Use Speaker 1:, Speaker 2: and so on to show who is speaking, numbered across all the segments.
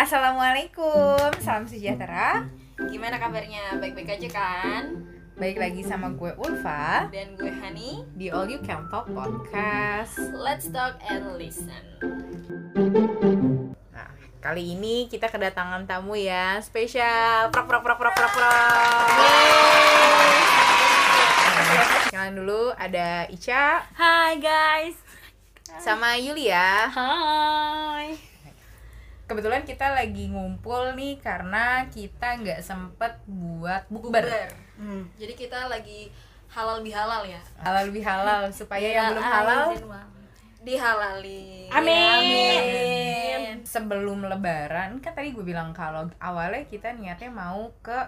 Speaker 1: Assalamualaikum, salam sejahtera.
Speaker 2: Gimana kabarnya? Baik-baik aja kan?
Speaker 1: Baik lagi sama gue Ulfa
Speaker 2: Dan gue Hani,
Speaker 1: di All You Can Talk Podcast.
Speaker 2: let's talk and listen.
Speaker 1: Nah, kali ini kita kedatangan tamu ya spesial. Prok prok prok prok prok prok. Nah, Kenalan dulu ada Ica
Speaker 2: Hai guys.
Speaker 1: sama Yulia.
Speaker 2: Hai.
Speaker 1: Kebetulan kita lagi ngumpul nih karena kita nggak sempet buat buku bar.
Speaker 2: Ber. Hmm. Jadi kita lagi halal bihalal ya.
Speaker 1: Halal lebih halal supaya
Speaker 2: Iya,
Speaker 1: yang belum halal
Speaker 2: Dihalali.
Speaker 3: Amin.
Speaker 2: Amin.
Speaker 1: sebelum lebaran kan tadi gue bilang kalau awalnya kita niatnya mau ke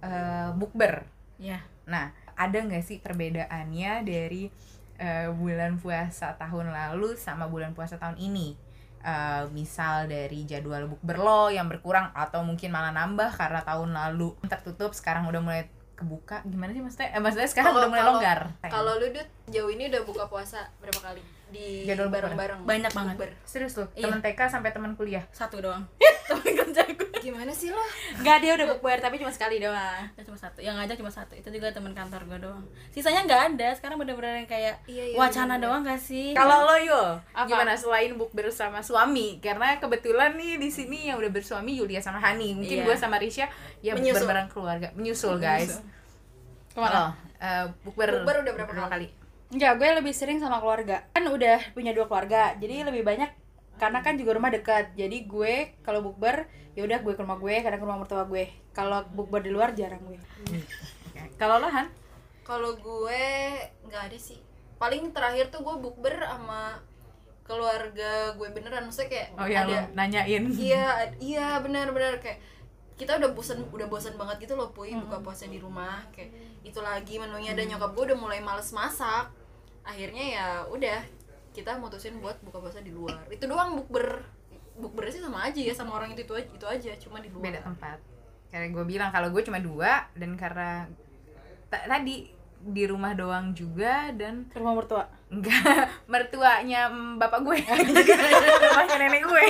Speaker 1: eh, bukber
Speaker 3: Ya.
Speaker 1: nah ada nggak sih perbedaannya dari eh, bulan puasa tahun lalu sama bulan puasa tahun ini Eh, misal dari jadwal bukber lo yang berkurang atau mungkin malah nambah karena tahun lalu tertutup sekarang udah mulai kebuka gimana sih maksudnya eh, maksudnya sekarang
Speaker 2: Kalau-
Speaker 1: udah mulai
Speaker 2: kalau-
Speaker 1: longgar
Speaker 2: Kalau lu Dut, jauh ini udah buka puasa berapa kali? Di
Speaker 1: Jadwal buka.
Speaker 2: bareng-bareng.
Speaker 3: Banyak banget.
Speaker 2: Ber.
Speaker 1: serius lo
Speaker 3: Iya.
Speaker 1: temen TK sampai temen kuliah
Speaker 3: Satu doang. Temen kerja gue.
Speaker 2: Gimana sih lo?
Speaker 3: Enggak, dia udah bukber tapi cuma sekali doang. Dia Ya, cuma satu. Yang ngajak cuma satu. Itu juga temen kantor gue doang. Sisanya nggak ada. Sekarang bener-bener yang kayak
Speaker 2: Iya, iya, bener-bener.
Speaker 3: wacana doang gak
Speaker 2: Iya.
Speaker 3: sih?
Speaker 1: Kalau lo Yul,
Speaker 3: Apa?
Speaker 1: gimana selain bukber sama suami? Karena kebetulan nih di sini yang udah bersuami Yulia sama Hani. Mungkin
Speaker 3: Iya.
Speaker 1: gue sama Risha ya bukber
Speaker 2: Menyusul.
Speaker 1: bareng keluarga, menyusul guys. Oh,
Speaker 4: Kemana?
Speaker 1: eh, bukber,
Speaker 2: Bukber udah berapa kali?
Speaker 4: Enggak, gue lebih sering sama keluarga. Kan udah punya dua keluarga, jadi lebih banyak karena kan juga rumah dekat. Jadi gue kalau bukber ya udah gue ke rumah gue, kadang ke rumah mertua gue. Kalau bukber di luar jarang gue.
Speaker 1: Kalau lo Han?
Speaker 2: Kalau gue nggak ada sih. Paling terakhir tuh gue bukber sama keluarga gue beneran maksudnya kayak
Speaker 1: Oh ya lo
Speaker 2: ada
Speaker 1: nanyain.
Speaker 2: iya ad- iya benar-benar kayak kita udah bosan udah bosan banget gitu loh puy buka puasa di rumah kayak itu lagi menunya dan nyokap gue udah mulai males masak akhirnya ya udah kita mutusin buat buka puasa di luar itu doang bukber bukber sih sama aja ya sama orang itu itu aja, itu aja cuma di luar
Speaker 1: Beda tempat. Karena gue bilang kalau gue cuma dua dan karena ta- tadi di rumah doang juga dan
Speaker 4: Ke rumah mertua.
Speaker 1: enggak mertuanya mm, bapak gue rumahnya nenek gue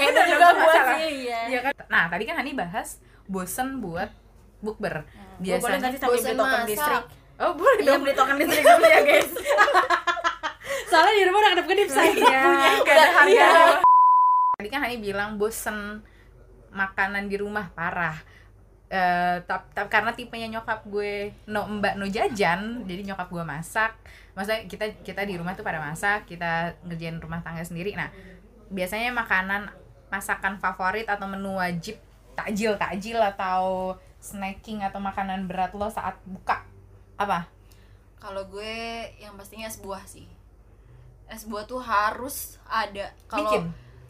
Speaker 3: Ya, itu
Speaker 1: Udah,
Speaker 3: juga
Speaker 1: nggak
Speaker 3: gue
Speaker 1: masalah.
Speaker 3: sih, iya.
Speaker 1: Iya kan? Nah, tadi kan Hani bahas bosen buat bukber.
Speaker 3: Gue boleh
Speaker 1: Biasanya
Speaker 3: nggak sih sampai
Speaker 2: Bosen
Speaker 3: beli token
Speaker 2: masak.
Speaker 3: listrik?
Speaker 1: Oh, boleh
Speaker 3: Iya,
Speaker 1: dong.
Speaker 3: beli token listrik dulu ya, guys.
Speaker 4: Soalnya di rumah udah kedap-kedip saya.
Speaker 1: Iya, nggak ada harga. Tadi kan Hani bilang bosen makanan di rumah parah. Eh, tap, tap- karena tipenya nyokap gue no mbak no jajan jadi nyokap gue masak maksudnya kita kita di rumah tuh pada masak kita ngerjain rumah tangga sendiri nah biasanya makanan masakan favorit atau menu wajib takjil takjil atau snacking atau makanan berat lo saat buka apa
Speaker 2: kalau gue yang pastinya es buah sih es buah tuh harus ada kalau
Speaker 1: bikin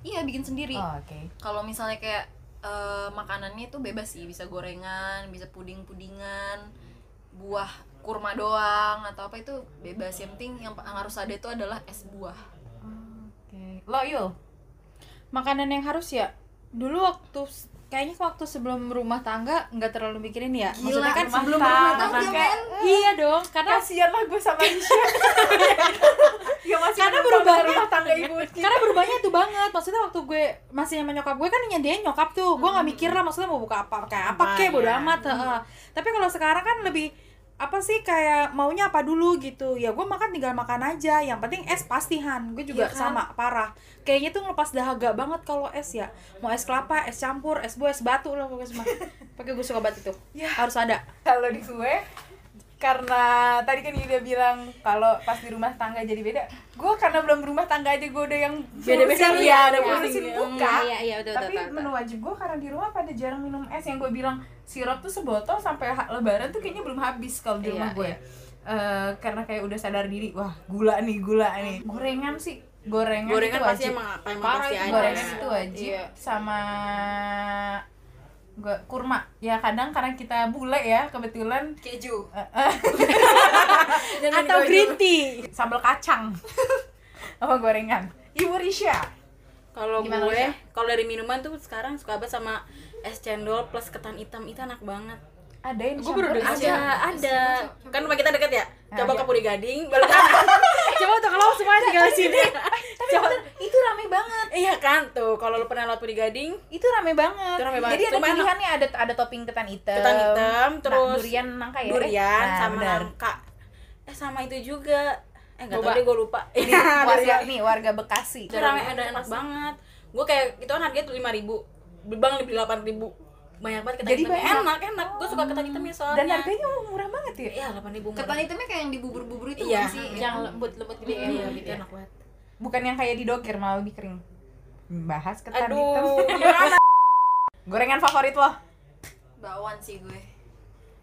Speaker 2: iya bikin sendiri
Speaker 1: oh, oke
Speaker 2: kalau misalnya kayak eh, makanannya itu bebas sih bisa gorengan bisa puding pudingan buah kurma doang atau apa itu bebas yang penting yang, yang harus ada itu adalah es buah
Speaker 1: oke lo yul
Speaker 4: Makanan yang harus ya dulu waktu kayaknya waktu sebelum rumah tangga nggak terlalu mikirin ya. Maksudnya kan
Speaker 1: rumah
Speaker 4: sebelum
Speaker 1: tangga.
Speaker 4: rumah tangga. Iya dong, karena
Speaker 1: kasihan lah gue sama Isya ya masih
Speaker 4: Karena
Speaker 1: menumpang
Speaker 4: berubahnya-
Speaker 1: rumah tangga ibu
Speaker 4: karena berubahnya itu banget maksudnya waktu gue masih sama nyokap gue kan nyediain nyokap tuh gue nggak mikir lah maksudnya mau buka apa kayak apa
Speaker 3: Apa,
Speaker 4: kek bodo
Speaker 3: ya.
Speaker 4: amat heeh. tapi kalau sekarang kan lebih apa sih kayak maunya apa dulu gitu ya gue makan tinggal makan aja yang penting es pastihan gue juga
Speaker 2: Iya kan?
Speaker 4: sama parah kayaknya tuh ngelepas dahaga banget kalau es ya mau es kelapa es campur es buah es batu lah pokoknya semua Iya. pakai gue suka banget itu harus ada
Speaker 1: kalau di gue karena tadi kan dia bilang kalau pas di rumah tangga jadi beda gue karena belum berumah tangga aja gue udah yang
Speaker 3: Beda-beda,
Speaker 1: ngurusin-
Speaker 3: iya, ada
Speaker 1: yang
Speaker 3: pusing,
Speaker 1: ngurusin
Speaker 3: iya.
Speaker 1: buka
Speaker 3: Iya, iya, betul,
Speaker 1: tapi
Speaker 3: betul, betul.
Speaker 1: menu wajib gue karena di rumah pada jarang minum es yang gue bilang sirup tuh sebotol sampai ha- lebaran tuh kayaknya belum habis kalau di
Speaker 3: Iya,
Speaker 1: rumah gue Eh, karena kayak udah sadar diri wah gula nih gula nih gorengan sih gorengan,
Speaker 3: Gorengan
Speaker 1: itu
Speaker 3: pasti
Speaker 1: wajib.
Speaker 3: emang apa emang
Speaker 1: Parah
Speaker 3: pasti
Speaker 1: itu
Speaker 3: ada.
Speaker 1: gorengan itu wajib
Speaker 4: Iya.
Speaker 1: sama gua, kurma ya kadang karena kita bule ya kebetulan
Speaker 2: keju
Speaker 4: atau green tea
Speaker 1: sambal kacang sama gorengan ibu Risha
Speaker 3: Kalau
Speaker 1: Gimana,
Speaker 3: gue,
Speaker 1: Lisa?
Speaker 3: kalau dari minuman tuh sekarang suka banget sama es cendol plus ketan hitam itu enak banget.
Speaker 1: ada yang
Speaker 4: Gua baru
Speaker 1: dicampur?
Speaker 4: dengar.
Speaker 3: Ada, ada. Kan rumah kita deket ya.
Speaker 1: Ah,
Speaker 3: Coba
Speaker 1: iya.
Speaker 3: ke Puri Gading, balik
Speaker 4: coba untuk kalau semua tinggal di sini
Speaker 1: tapi Bener, itu rame banget
Speaker 3: Iya kan tuh, kalau lu pernah lewat Puri Gading,
Speaker 1: itu rame banget
Speaker 3: Itu rame banget.
Speaker 1: jadi ada
Speaker 3: Cuman-
Speaker 1: pilihannya ada ada topping ketan hitam
Speaker 3: ketan hitam,
Speaker 1: nah,
Speaker 3: terus
Speaker 1: durian nangka ya
Speaker 3: durian
Speaker 1: Nah,
Speaker 3: sama
Speaker 1: benar.
Speaker 3: nangka. Eh sama itu juga. Eh enggak tahu
Speaker 5: Boba.
Speaker 3: deh gue lupa. Ini
Speaker 1: warga nih warga Bekasi
Speaker 3: itu rame ada enak banget. Gue kayak itu kan harganya tuh 5000. Bang lebih 8000. Banyak banget ketan
Speaker 1: Jadi
Speaker 3: hitamnya.
Speaker 1: banyak.
Speaker 3: Enak, enak. Gue suka ketan hitamnya soalnya.
Speaker 1: dan harganya murah banget ya
Speaker 3: Iya, 8000.
Speaker 2: Ketan hitamnya kayak yang di bubur-bubur itu
Speaker 3: Iya.
Speaker 2: bukan sih.
Speaker 4: yang lembut-lembut gede ya
Speaker 3: Iya,
Speaker 4: yang
Speaker 3: gitu
Speaker 4: gitu ya.
Speaker 3: enak banget.
Speaker 1: bukan yang kayak di dokir malah lebih kering bahas ketan hitam
Speaker 3: Aduh, iya kan? gimana?
Speaker 1: gorengan favorit lo
Speaker 2: Bakwan sih gue.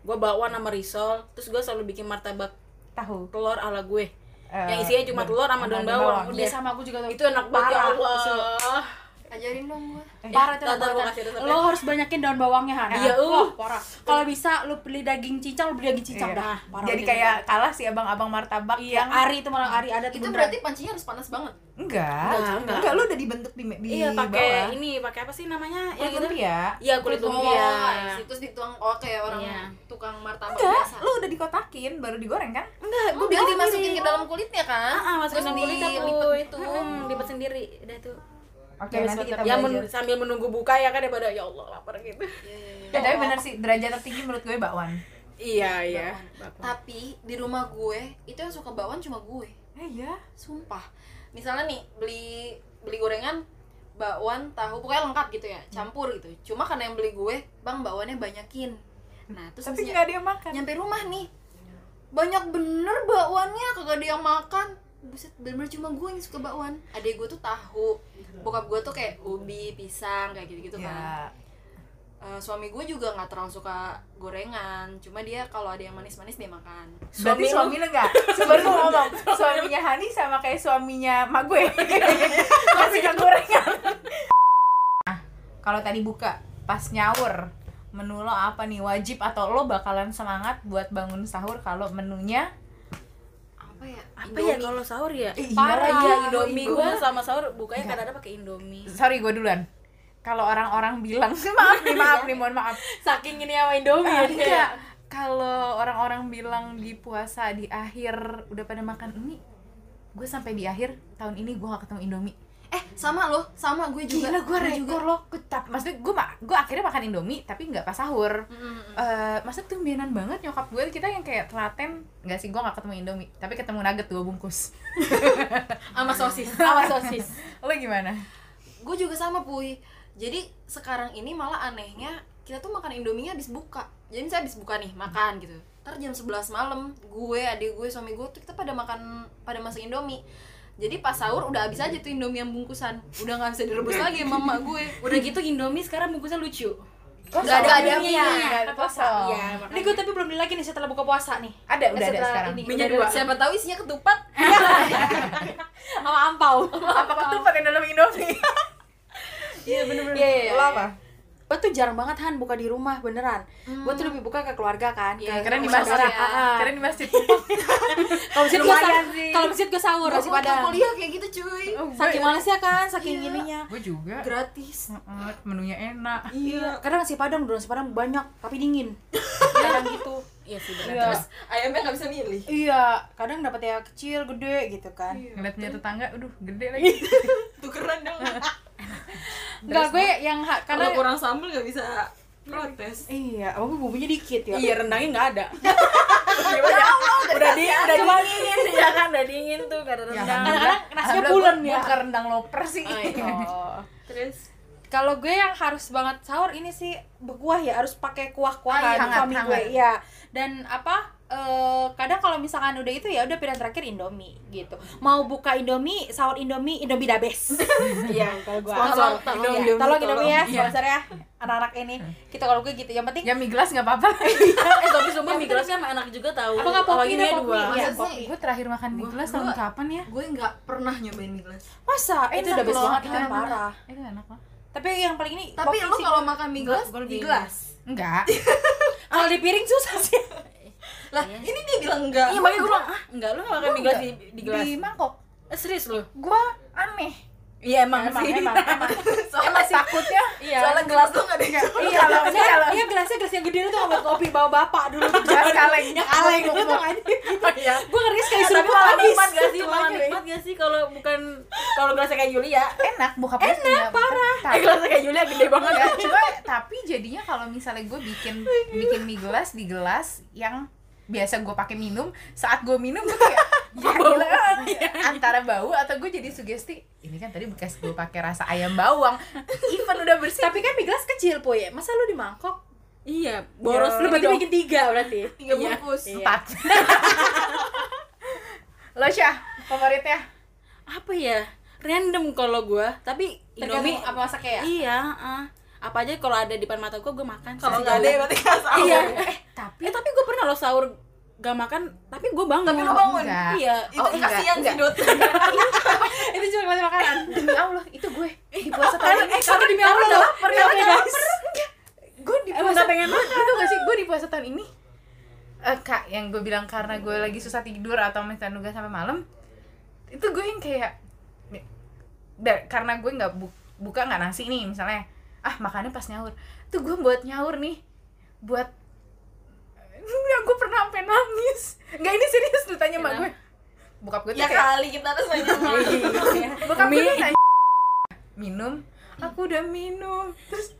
Speaker 3: gue bakwan sama risol, terus gue selalu bikin martabak
Speaker 1: tahu
Speaker 3: telur ala gue.
Speaker 1: Eh,
Speaker 3: yang isinya cuma telur sama daun bawang.
Speaker 4: Iya
Speaker 3: Udah.
Speaker 4: sama aku juga tuh.
Speaker 3: Itu enak banget ya Allah. Eh,
Speaker 2: Ajarin dong gue.
Speaker 4: parah itu
Speaker 3: Ntar
Speaker 4: enak
Speaker 3: gua
Speaker 4: banget.
Speaker 3: kasih resepnya.
Speaker 4: Lo harus banyakin daun bawangnya Han.
Speaker 3: Iya, uh.
Speaker 4: Wah, parah. Kalau bisa lo beli daging cincang, lo beli daging cincang
Speaker 1: Iya.
Speaker 4: dah. Parah.
Speaker 1: jadi
Speaker 4: Udah. gitu.
Speaker 1: kayak kalah si abang-abang martabak
Speaker 4: iya,
Speaker 1: yang
Speaker 4: Ari itu malah Ari ada tuh.
Speaker 2: Itu
Speaker 4: beneran.
Speaker 2: berarti pancinya harus panas banget.
Speaker 1: enggak
Speaker 3: Enggak,
Speaker 1: enggak,
Speaker 3: enggak.
Speaker 1: lu udah dibentuk di, di
Speaker 3: Iya,
Speaker 1: bawah ya,
Speaker 3: pakai ini, pakai apa sih namanya?
Speaker 1: kulit
Speaker 3: gitu.
Speaker 1: lumpia
Speaker 3: Iya, kulit lumpia.
Speaker 2: Oh, terus dituang oh kayak orang
Speaker 3: Iya.
Speaker 2: tukang martabak
Speaker 1: enggak
Speaker 2: biasa.
Speaker 1: lu udah dikotakin baru digoreng kan
Speaker 3: Enggak,
Speaker 2: Gue bikin dimasukin ke dalam kulitnya kan?
Speaker 3: Ah, masukin dalam
Speaker 2: Terus
Speaker 3: kulit aku
Speaker 2: dilipet
Speaker 3: itu.
Speaker 2: gitu.
Speaker 3: Hmm, lipet sendiri. Udah tuh.
Speaker 1: oke
Speaker 3: Ya,
Speaker 1: nanti kita
Speaker 3: ya
Speaker 1: belajar
Speaker 3: men- sambil menunggu buka ya kan daripada ya Allah lapar gitu.
Speaker 2: Iya, iya, iya.
Speaker 1: Eh, tapi bener sih derajat tertinggi menurut gue bakwan
Speaker 3: Iya, iya.
Speaker 2: Tapi di rumah gue itu yang suka bakwan cuma gue.
Speaker 1: iya
Speaker 2: Sumpah. Misalnya nih beli beli gorengan bakwan tahu pokoknya lengkap gitu
Speaker 1: Hmm.
Speaker 2: ya campur gitu cuma karena yang beli gue bang bakwannya banyakin nah terus
Speaker 1: tapi
Speaker 2: misalnya-
Speaker 1: nggak ada yang makan
Speaker 2: nyampe rumah nih banyak bener bakwannya kagak ada yang makan buset bener-bener cuma gue yang suka bakwan adek gue tuh tahu bokap gue tuh kayak ubi pisang kayak gitu gitu kan
Speaker 1: ya
Speaker 2: Eh, suami gue juga nggak terlalu suka gorengan cuma dia kalau ada yang manis-manis dia makan
Speaker 1: berarti suami lu enggak sebelum lu ngomong suaminya Hani sama kayak suaminya mak gue masih gak gorengan Nah, kalau tadi buka pas nyaur menu lo apa nih wajib atau lo bakalan semangat buat bangun sahur kalau menunya
Speaker 2: apa ya
Speaker 3: Apa ya
Speaker 2: Indomie.
Speaker 3: kalau sahur ya?
Speaker 1: Eh, iya,
Speaker 3: Parah ya
Speaker 1: iya,
Speaker 3: Indomie.
Speaker 1: gua-
Speaker 3: Gua Iya. sama sahur bukanya
Speaker 1: Enggak.
Speaker 3: kadang-kadang pakai Indomie.
Speaker 1: sorry gue duluan kalau orang-orang bilang maaf nih maaf nih mohon maaf
Speaker 3: Saking ini sama Indomie. ya. Iya,
Speaker 1: Ah, enggak kalau orang-orang bilang di puasa di akhir udah pada makan ini gue sampai di akhir tahun ini gue gak ketemu indomie
Speaker 2: eh sama loh sama gue juga
Speaker 1: Gila gue rekor loh Ketap Maksudnya gue gue akhirnya makan indomie Tapi gak pas sahur
Speaker 2: Mm-mm.
Speaker 1: Eh, Maksudnya tumbenan banget nyokap gue Kita yang kayak telaten Gak sih gue gak ketemu indomie Tapi ketemu nugget dua bungkus
Speaker 3: Sama sosis, sama sosis.
Speaker 1: Lo gimana?
Speaker 2: gue juga sama puy jadi sekarang ini malah anehnya kita tuh makan indominya habis buka jadi saya habis buka nih makan gitu ntar jam 11 malam gue adik gue suami gue tuh kita pada makan pada masak indomie jadi pas sahur udah habis aja tuh indomie yang bungkusan udah nggak bisa direbus lagi sama emak gue
Speaker 3: Udah gitu Indomie sekarang bungkusnya lucu.
Speaker 2: Nggak ada
Speaker 1: Kosong.
Speaker 2: adanya.
Speaker 1: Nggak ada kosong Iya.
Speaker 3: Iya,
Speaker 4: Ini gue tapi belum beli lagi nih setelah buka puasa nih.
Speaker 1: Ada udah ada
Speaker 4: Setelah
Speaker 1: sekarang
Speaker 4: ini.
Speaker 3: Menya
Speaker 4: Udah
Speaker 3: dua.
Speaker 2: Iya, siapa tahu isinya ketupat
Speaker 4: Sama ampau.
Speaker 1: Apa ketupat yang dalam indomie?
Speaker 4: Iya, iya,
Speaker 1: Lo
Speaker 4: iya.
Speaker 1: apa?
Speaker 4: Gue tuh jarang banget Han buka di rumah beneran. Gue tuh lebih buka ke keluarga kan.
Speaker 2: Iya,
Speaker 4: ke
Speaker 1: Keren di
Speaker 4: rumah
Speaker 1: masjid
Speaker 4: saudara.
Speaker 2: ya.
Speaker 4: Ah, ah.
Speaker 1: Keren di masjid
Speaker 4: Kalau masjid gue
Speaker 1: Lumayan
Speaker 4: sahur.
Speaker 1: sih.
Speaker 4: Kalau masjid gue sahur
Speaker 2: Gue
Speaker 4: masih
Speaker 2: waktu
Speaker 4: pada.
Speaker 2: kuliah kayak gitu cuy
Speaker 1: Oh,
Speaker 4: Saking malesnya kan, saking
Speaker 2: Iya.
Speaker 4: ininya.
Speaker 1: Gue juga
Speaker 2: gratis
Speaker 1: Heeh, Menunya enak
Speaker 4: Iya, kadang nasi padang, dulu nasi padang banyak tapi dingin. kadang gitu.
Speaker 3: Iya sih
Speaker 4: Iya.
Speaker 3: benar.
Speaker 2: terus ayamnya nggak bisa milih
Speaker 4: Iya, kadang dapat ya kecil, gede gitu kan.
Speaker 1: Ngeliat punya tetangga, aduh gede
Speaker 4: Iya,
Speaker 1: lagi
Speaker 2: tukeran dong
Speaker 4: Enggak gue yang ha- karena
Speaker 2: kalau kurang sambal nggak bisa protes
Speaker 4: Iya, aku bumbunya dikit ya.
Speaker 3: Iya rendangnya nggak ada. Gimana? Iya, udah dingin, udah dingin, ya kan udah dingin tuh gak ada rendang.
Speaker 4: Kadang-kadang nasinya
Speaker 1: Iya. Alhamdulillah,
Speaker 4: pulen
Speaker 1: gua-
Speaker 4: ya.
Speaker 1: gua ke rendang loper sih
Speaker 4: Oh.
Speaker 3: Terus
Speaker 4: Kalau gue yang harus banget sahur ini sih berkuah ya, harus
Speaker 1: Ah,
Speaker 4: pakai kuah-kuahan
Speaker 1: iya, hangat,
Speaker 4: suami gue.
Speaker 1: hangat.
Speaker 4: Iya. Dan apa? eh, kadang kalau misalkan udah itu ya udah pilihan terakhir Indomie gitu. Mau buka Indomie, sahur Indomie, Indomie the best. Iya, kalau gue.
Speaker 3: Sponsor,
Speaker 4: Tolong, tolong,
Speaker 3: Indomie,
Speaker 4: ya.
Speaker 3: Indomie,
Speaker 4: tolong Indomie ya,
Speaker 3: tolong.
Speaker 4: sponsor ya anak-anak ini. Kita kalau gue gitu, yang penting
Speaker 1: Ya mie gelas gak apa-apa
Speaker 4: Iya,
Speaker 3: eh tapi sumpah migrasnya sama enak juga tahu.
Speaker 4: Apa nggak popi
Speaker 3: Apalagi
Speaker 4: deh,
Speaker 3: ini
Speaker 4: popi?
Speaker 3: dua.
Speaker 4: Iya.
Speaker 2: Maksudnya-
Speaker 1: Gue terakhir makan mie
Speaker 2: Gua-
Speaker 1: gelas tahun
Speaker 2: gua-
Speaker 1: kapan ya?
Speaker 2: gue nggak pernah nyobain mie gelas
Speaker 4: masa itu udah best
Speaker 1: loh,
Speaker 4: banget
Speaker 1: enak
Speaker 4: kan
Speaker 1: banget. iya.
Speaker 4: parah.
Speaker 1: Itu enak loh
Speaker 4: Tapi yang paling ini
Speaker 2: tapi
Speaker 4: popi
Speaker 2: lu
Speaker 4: sih.
Speaker 2: kalau makan mie gelas
Speaker 3: Gua
Speaker 2: di
Speaker 3: lebih-
Speaker 2: gelas
Speaker 1: Enggak
Speaker 4: kalau di piring susah sih.
Speaker 2: lah ini dia bilang enggak
Speaker 3: Iya makanya gue bilang ah enggak lu nggak makan migras di, di gelas.
Speaker 1: Di mangkok
Speaker 3: Eh, serius lu?
Speaker 1: Gue aneh
Speaker 3: Iya emang,
Speaker 4: Emang,
Speaker 3: sih.
Speaker 4: emang, emang.
Speaker 1: Soalnya takut takutnya
Speaker 4: Iya.
Speaker 2: Soalnya gelas tuh nggak ada yang jorok.
Speaker 4: Iya,
Speaker 1: kalau-
Speaker 4: bener.
Speaker 1: kalau-
Speaker 4: Iya, gelasnya gelas yang gede itu buat kopi bawa bapak dulu.
Speaker 1: Gelas kaleng.
Speaker 4: Yang kaleng itu tuh aja.
Speaker 3: "Oh
Speaker 2: Iya.
Speaker 4: Gue ngeri sekali
Speaker 3: Eh, tapi
Speaker 4: seruput
Speaker 3: malah
Speaker 4: habis.
Speaker 3: nikmat gak sih?
Speaker 4: Tuh,
Speaker 3: Malah
Speaker 4: aja.
Speaker 3: nikmat gak sih kalau bukan kalau gelasnya kayak Julia?
Speaker 1: enak bokap gue punya parah
Speaker 3: Eh gelasnya kayak Julia gede banget.
Speaker 1: Ya, cuma tapi jadinya kalau misalnya gue bikin bikin mie gelas di gelas yang biasa gue pakai minum saat gue minum gue kayak ya, gila. antara bau atau gue jadi sugesti ini kan tadi bekas gue pakai rasa ayam bawang even udah bersih
Speaker 4: Tapi kan mie gelas kecil, Poy. Masa lu di mangkok?
Speaker 3: Iya, boros
Speaker 4: Lu berarti
Speaker 3: dong.
Speaker 4: bikin tiga berarti.
Speaker 2: Tiga
Speaker 3: Iya.
Speaker 2: bungkus.
Speaker 1: empat lo Syah favoritnya
Speaker 3: Apa ya? Random kalau gua, tapi Indomie
Speaker 4: Tergantung apa masaknya ya?
Speaker 3: Iya, ah. Apa aja kalau ada di depan mata gua gua makan.
Speaker 2: Kalau
Speaker 3: Sih.
Speaker 2: nggak ada berarti kan? nggak tahu.
Speaker 3: Iya.
Speaker 1: tapi
Speaker 3: Eh, tapi gua pernah loh sahur gak makan, tapi gua bangun.
Speaker 2: Tapi lu bangun.
Speaker 1: enggak.
Speaker 3: Iya.
Speaker 2: Itu
Speaker 1: Oh, enggak,
Speaker 2: kasihan sih
Speaker 1: enggak.
Speaker 2: Dut.
Speaker 4: Itu cuma gelas makanan.
Speaker 1: demi Allah itu gue di puasa tahun ini
Speaker 4: Tapi demi Allah loh. Karena guys.
Speaker 1: gue ya, di puasa pengen itu gak sih gue di puasa tahun ini eh, kak yang gue bilang karena gue lagi susah tidur atau misalnya nugas sampai malam itu gue yang kayak da- karena gue nggak bu- buka nggak nasi nih misalnya ah makannya pas nyaur tuh gue buat nyaur nih buat yang gue pernah sampai nangis nggak ini serius lu tanya mbak gue bokap gue tuh
Speaker 2: Ya
Speaker 1: kayak
Speaker 2: kali kita harus banyak makan. Iya.
Speaker 1: Bokap gue tuh nanya, minum aku udah minum terus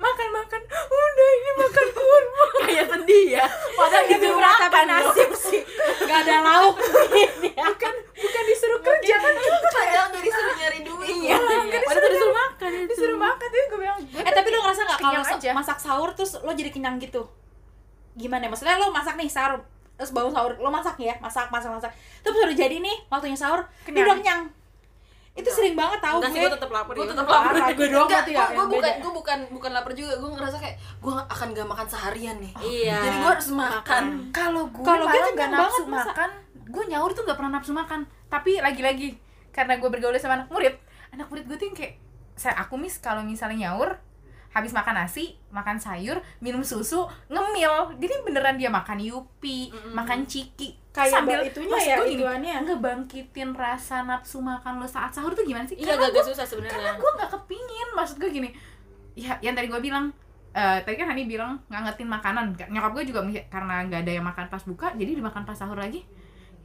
Speaker 1: makan makan udah ini makan kurma
Speaker 3: Kayak sedih ya. Padahal gitu
Speaker 4: Tapi nasib sih. Gak ada lauk.
Speaker 1: bukan bukan disuruh kerja kan
Speaker 2: Padahal udah disuruh nyari duit. Iya.
Speaker 3: Padahal tadi disuruh makan itu.
Speaker 1: disuruh makan tapi gue bilang "Gue
Speaker 4: Eh tapi lu ngerasa gak kalau
Speaker 1: Kenyang
Speaker 4: masak,
Speaker 1: aja.
Speaker 4: masak sahur terus lo jadi kenyang gitu? Gimana? ya? Maksudnya lo masak nih sahur terus baru sahur lo masak ya masak masak masak terus udah jadi nih waktunya sahur
Speaker 1: Kenyang.
Speaker 4: kenyang. udah kenyang itu sering banget tau
Speaker 3: Enggak sih gua
Speaker 4: gue
Speaker 3: tetap lapar.
Speaker 2: Gue
Speaker 3: ya.
Speaker 2: tetap lapar.
Speaker 4: Parah, gue doang
Speaker 2: Enggak,
Speaker 4: berarti ya,
Speaker 2: gue- gue
Speaker 4: yang
Speaker 2: bukan,
Speaker 4: beda.
Speaker 2: gue bukan, bukan lapar juga. Gue ngerasa kayak gue akan gak makan seharian nih.
Speaker 3: Iya.
Speaker 2: Jadi gue harus makan.
Speaker 1: kalau gue
Speaker 4: Kalau gue
Speaker 1: malah
Speaker 4: kenyang
Speaker 1: gak
Speaker 4: banget
Speaker 1: nafsu
Speaker 4: masa.
Speaker 1: makan gue nyaur tuh gak pernah nafsu makan tapi lagi-lagi karena gue bergaul sama anak murid anak murid gue tuh yang kayak saya aku miss kalau misalnya nyaur habis makan nasi, makan sayur, minum susu, ngemil. Jadi beneran dia makan yupi, makan ciki.
Speaker 4: Kayak
Speaker 1: sambil
Speaker 4: ba- itunya
Speaker 1: maksud
Speaker 4: ya,
Speaker 1: gue gini,
Speaker 4: ituannya.
Speaker 1: ngebangkitin rasa nafsu makan lo saat sahur tuh gimana sih?
Speaker 3: Iya,
Speaker 1: Karena
Speaker 3: agak susah sebenarnya.
Speaker 1: karena
Speaker 2: Iya.
Speaker 1: gue nggak kepingin maksud gue gini ya yang tadi gue bilang eh, tadi kan Hani bilang ngangetin makanan nyokap gue juga mikir, karena nggak ada yang makan pas buka jadi dimakan pas sahur lagi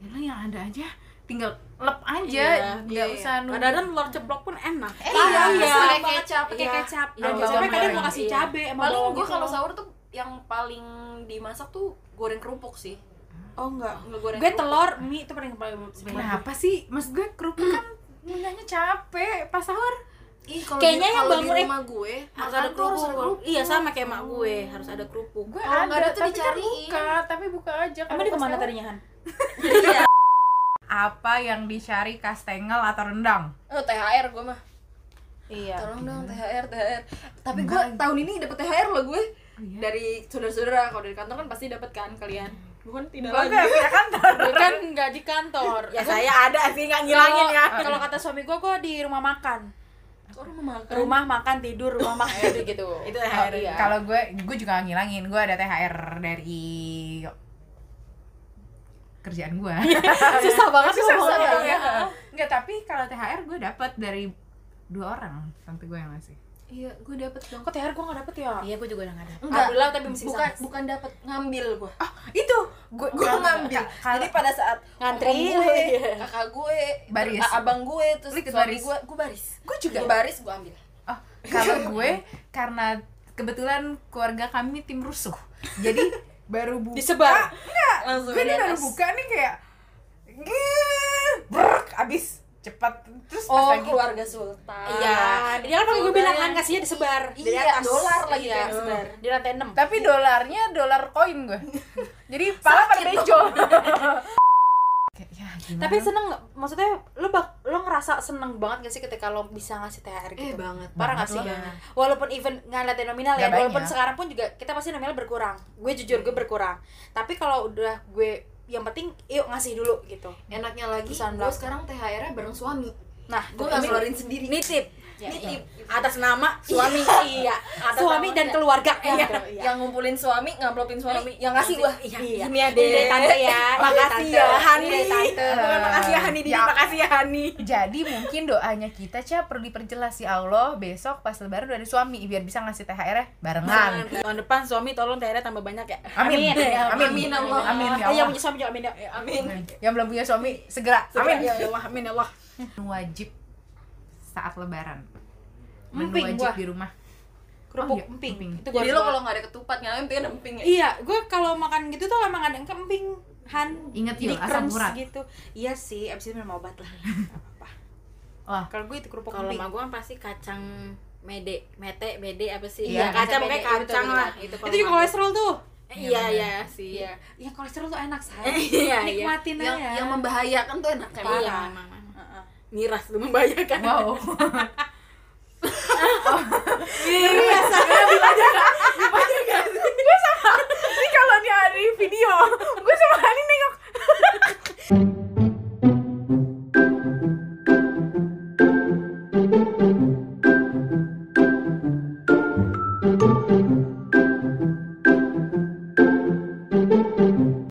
Speaker 1: Yalah yang ada aja tinggal lep aja
Speaker 3: Iya,
Speaker 1: nggak
Speaker 2: iya, iya.
Speaker 1: usah nunggu
Speaker 3: Kadang-kadang telur ceplok pun enak.
Speaker 1: Eh,
Speaker 4: Iya,
Speaker 1: iya.
Speaker 4: iya,
Speaker 2: Pakai
Speaker 4: banget.
Speaker 2: kecap,
Speaker 4: pakai
Speaker 2: iya.
Speaker 4: kecap.
Speaker 3: Iya,
Speaker 4: Dan
Speaker 3: bawang
Speaker 4: jamnya kadang
Speaker 3: goreng,
Speaker 4: mau kasih
Speaker 3: iya.
Speaker 4: cabe sama
Speaker 2: Paling
Speaker 4: bawang
Speaker 2: gue
Speaker 4: gitu
Speaker 2: kalau
Speaker 4: loh.
Speaker 2: sahur tuh yang paling dimasak tuh goreng kerupuk sih.
Speaker 4: Oh enggak.
Speaker 2: Nggak goreng
Speaker 4: Gue
Speaker 2: kerupuk.
Speaker 4: telur, mie itu paling paling sebenarnya.
Speaker 1: kenapa sih maksud gue kerupuk kan ngunyahnya capek pas sahur
Speaker 2: Ih, kalau
Speaker 3: Kayaknya
Speaker 2: di,
Speaker 3: yang
Speaker 2: kalau di
Speaker 3: bangun-
Speaker 2: rumah gue
Speaker 3: harus ada
Speaker 2: makan tuh harus ada
Speaker 3: kerupuk.
Speaker 2: kerupuk.
Speaker 3: Iya, sama kayak mak gue, harus ada kerupuk.
Speaker 1: gue
Speaker 2: Kalau nggak
Speaker 1: ada
Speaker 2: ada tuh
Speaker 1: tapi kan
Speaker 2: dicariin.
Speaker 1: buka tapi buka aja
Speaker 4: Emang
Speaker 1: Kalau
Speaker 4: di
Speaker 1: pas
Speaker 4: kemana
Speaker 1: sahur,
Speaker 4: tadinya Han?
Speaker 1: apa yang dicari kastengel atau rendang
Speaker 2: Oh, THR gue mah.
Speaker 4: Iya.
Speaker 2: Tolong dong THR, THR. Tapi gue tahun ini dapat THR loh gue. Dari saudara-saudara, kalau dari kantor kan pasti dapat kan kalian. Bukan tidak
Speaker 1: Oke,
Speaker 2: lagi.
Speaker 1: punya kantor.
Speaker 4: Gue kan enggak di kantor.
Speaker 3: Ya saya ada sih nggak ngilangin ya.
Speaker 4: Kalau- Kalau kata suami gue, gue di rumah makan.
Speaker 2: Kok rumah makan?
Speaker 4: Rumah makan tidur, rumah makan tidur gitu.
Speaker 3: Itu THR.
Speaker 4: Oh, iya.
Speaker 1: Kalau gue, gue juga nggak ngilangin. Gue ada THR dari kerjaan gue.
Speaker 4: susah banget
Speaker 1: Susah
Speaker 4: ngomongnya.
Speaker 1: banget ya. Nggak, tapi kalau THR gue dapat dari dua orang tante gue yang ngasih.
Speaker 2: Iya, gue dapat dong.
Speaker 4: Kok THR gue gak dapet ya?
Speaker 3: Iya, gue juga udah nggak ada.
Speaker 4: Alhamdulillah, tapi mesti
Speaker 2: bukan
Speaker 4: sangat.
Speaker 2: bukan dapat ngambil gue.
Speaker 1: Itu gue
Speaker 2: gue ngambil. Jadi pada saat
Speaker 4: Ngantri.
Speaker 2: om gue, kakak gue,
Speaker 1: Baris.
Speaker 2: ter- abang gue, terus
Speaker 1: Lu ikut
Speaker 2: suami
Speaker 1: baris?
Speaker 2: gue, gue baris.
Speaker 1: Gue juga.
Speaker 2: Gue baris, gue ambil.
Speaker 1: Oh, kalau gue karena kebetulan keluarga kami tim rusuh. Jadi baru buka
Speaker 4: Disebar.
Speaker 2: Langsung
Speaker 1: gue nih
Speaker 2: di
Speaker 1: baru
Speaker 2: atas.
Speaker 1: buka nih kayak "Gih, brrk, abis cepat terus pas
Speaker 2: Oh,
Speaker 1: lagi
Speaker 2: keluarga Sultan.
Speaker 4: Iya. Dia kan pakai gue
Speaker 2: Coba.
Speaker 4: bilang kan kasihnya disebar.
Speaker 2: Iya,
Speaker 4: Dari atas.
Speaker 2: dolar lagi
Speaker 4: Iya.
Speaker 2: kayak disebar.
Speaker 4: Di lantai 6.
Speaker 1: tapi dolarnya dolar koin gue jadi pala pada benjol Kayak, ya, gimana?
Speaker 2: Nah.
Speaker 4: Tapi seneng nggak? maksudnya lo bak lo ngerasa seneng banget gak sih ketika lo bisa ngasih THR
Speaker 2: Eh,
Speaker 4: gitu?
Speaker 2: banget.
Speaker 4: Parah gak sih?
Speaker 2: Banget.
Speaker 4: Walaupun even nggak ngeliatin nominal
Speaker 1: Nggak
Speaker 4: ya, walaupun
Speaker 1: banyak.
Speaker 4: sekarang pun juga kita pasti nominal berkurang. Gue jujur gue berkurang. Tapi kalau udah gue yang penting yuk ngasih dulu gitu.
Speaker 2: Enaknya lagi,
Speaker 4: Pesan
Speaker 2: gue
Speaker 4: belakang.
Speaker 2: sekarang THR-nya bareng suami.
Speaker 4: Nah,
Speaker 2: Gue gak ngeluarin sendiri.
Speaker 3: Nitip.
Speaker 4: Ya,
Speaker 2: Ini
Speaker 4: iya.
Speaker 2: tip-
Speaker 3: atas nama suami iya atas
Speaker 4: Suami
Speaker 3: nama-
Speaker 4: dan keluarga.
Speaker 2: Iya.
Speaker 4: Gitu, iya.
Speaker 2: yang ngumpulin suami, ngamplopin suami, yang ngasih wah
Speaker 4: Iya.
Speaker 2: ini ya
Speaker 4: Ini deh,
Speaker 2: deh.
Speaker 4: tante ya. Ini
Speaker 2: Makasih
Speaker 4: deh,
Speaker 2: ya
Speaker 4: tante.
Speaker 2: Hani.
Speaker 4: Ini deh, tante.
Speaker 2: Bukan makasih ya Hani, Dini,
Speaker 1: Eh, Ya.
Speaker 2: makasih ya Hani.
Speaker 1: Jadi mungkin doanya kita Ca perlu diperjelas ya Allah besok pas lebaran udah ada suami biar bisa ngasih THR -nya barengan.
Speaker 3: Jangan. tahun depan suami tolong THR tambah banyak ya Iya,
Speaker 1: Amin. Amin. Amin.
Speaker 2: Amin, Allah.
Speaker 1: Amin, ya
Speaker 4: Eh, yang
Speaker 1: Allah.
Speaker 4: punya suami juga amin ya.
Speaker 2: Amin.
Speaker 1: Yang belum punya suami segera.
Speaker 3: amin
Speaker 1: Amin.
Speaker 3: ya Allah amin ya Allah
Speaker 1: Wajib saat lebaran. Menu
Speaker 4: Emping
Speaker 1: wajib
Speaker 4: gua.
Speaker 1: di rumah.
Speaker 4: Kerupuk
Speaker 1: Oh, iya,
Speaker 4: emping.
Speaker 1: emping.
Speaker 4: Itu gua
Speaker 2: Jadi lo
Speaker 4: harus bawa.
Speaker 2: kalau nggak ada ketupat nyalain pengen emping ya.
Speaker 4: Iya, gue kalau makan gitu tuh emang ada emping Han.
Speaker 1: Ingat
Speaker 4: Jadi
Speaker 1: yuk, asam
Speaker 4: crumbs
Speaker 1: urat.
Speaker 4: gitu. Iya sih, abis itu minum obat lah. Gak apa-apa.
Speaker 1: Wah.
Speaker 4: Kalau gue itu kerupuk
Speaker 3: kalau
Speaker 4: emping.
Speaker 3: emak gue kan pasti kacang mede mete bede apa sih
Speaker 1: Iya,
Speaker 3: iya kacang
Speaker 2: bede,
Speaker 3: kayak
Speaker 2: iya, betul,
Speaker 3: kacang
Speaker 2: betul.
Speaker 3: lah itu
Speaker 4: Itu juga kolesterol tuh.
Speaker 3: iya iya sih
Speaker 4: Iya. Yang kolesterol tuh enak, say.
Speaker 3: Iya, iya.
Speaker 4: Nikmatin
Speaker 2: Yang
Speaker 4: aja.
Speaker 2: yang membahayakan tuh enak
Speaker 3: Iya,
Speaker 2: kan.
Speaker 3: memang, memang.
Speaker 4: Heeh.
Speaker 3: miras tuh membahayakan
Speaker 1: Wow.
Speaker 3: kalau dia ada video gue sama Ani nengok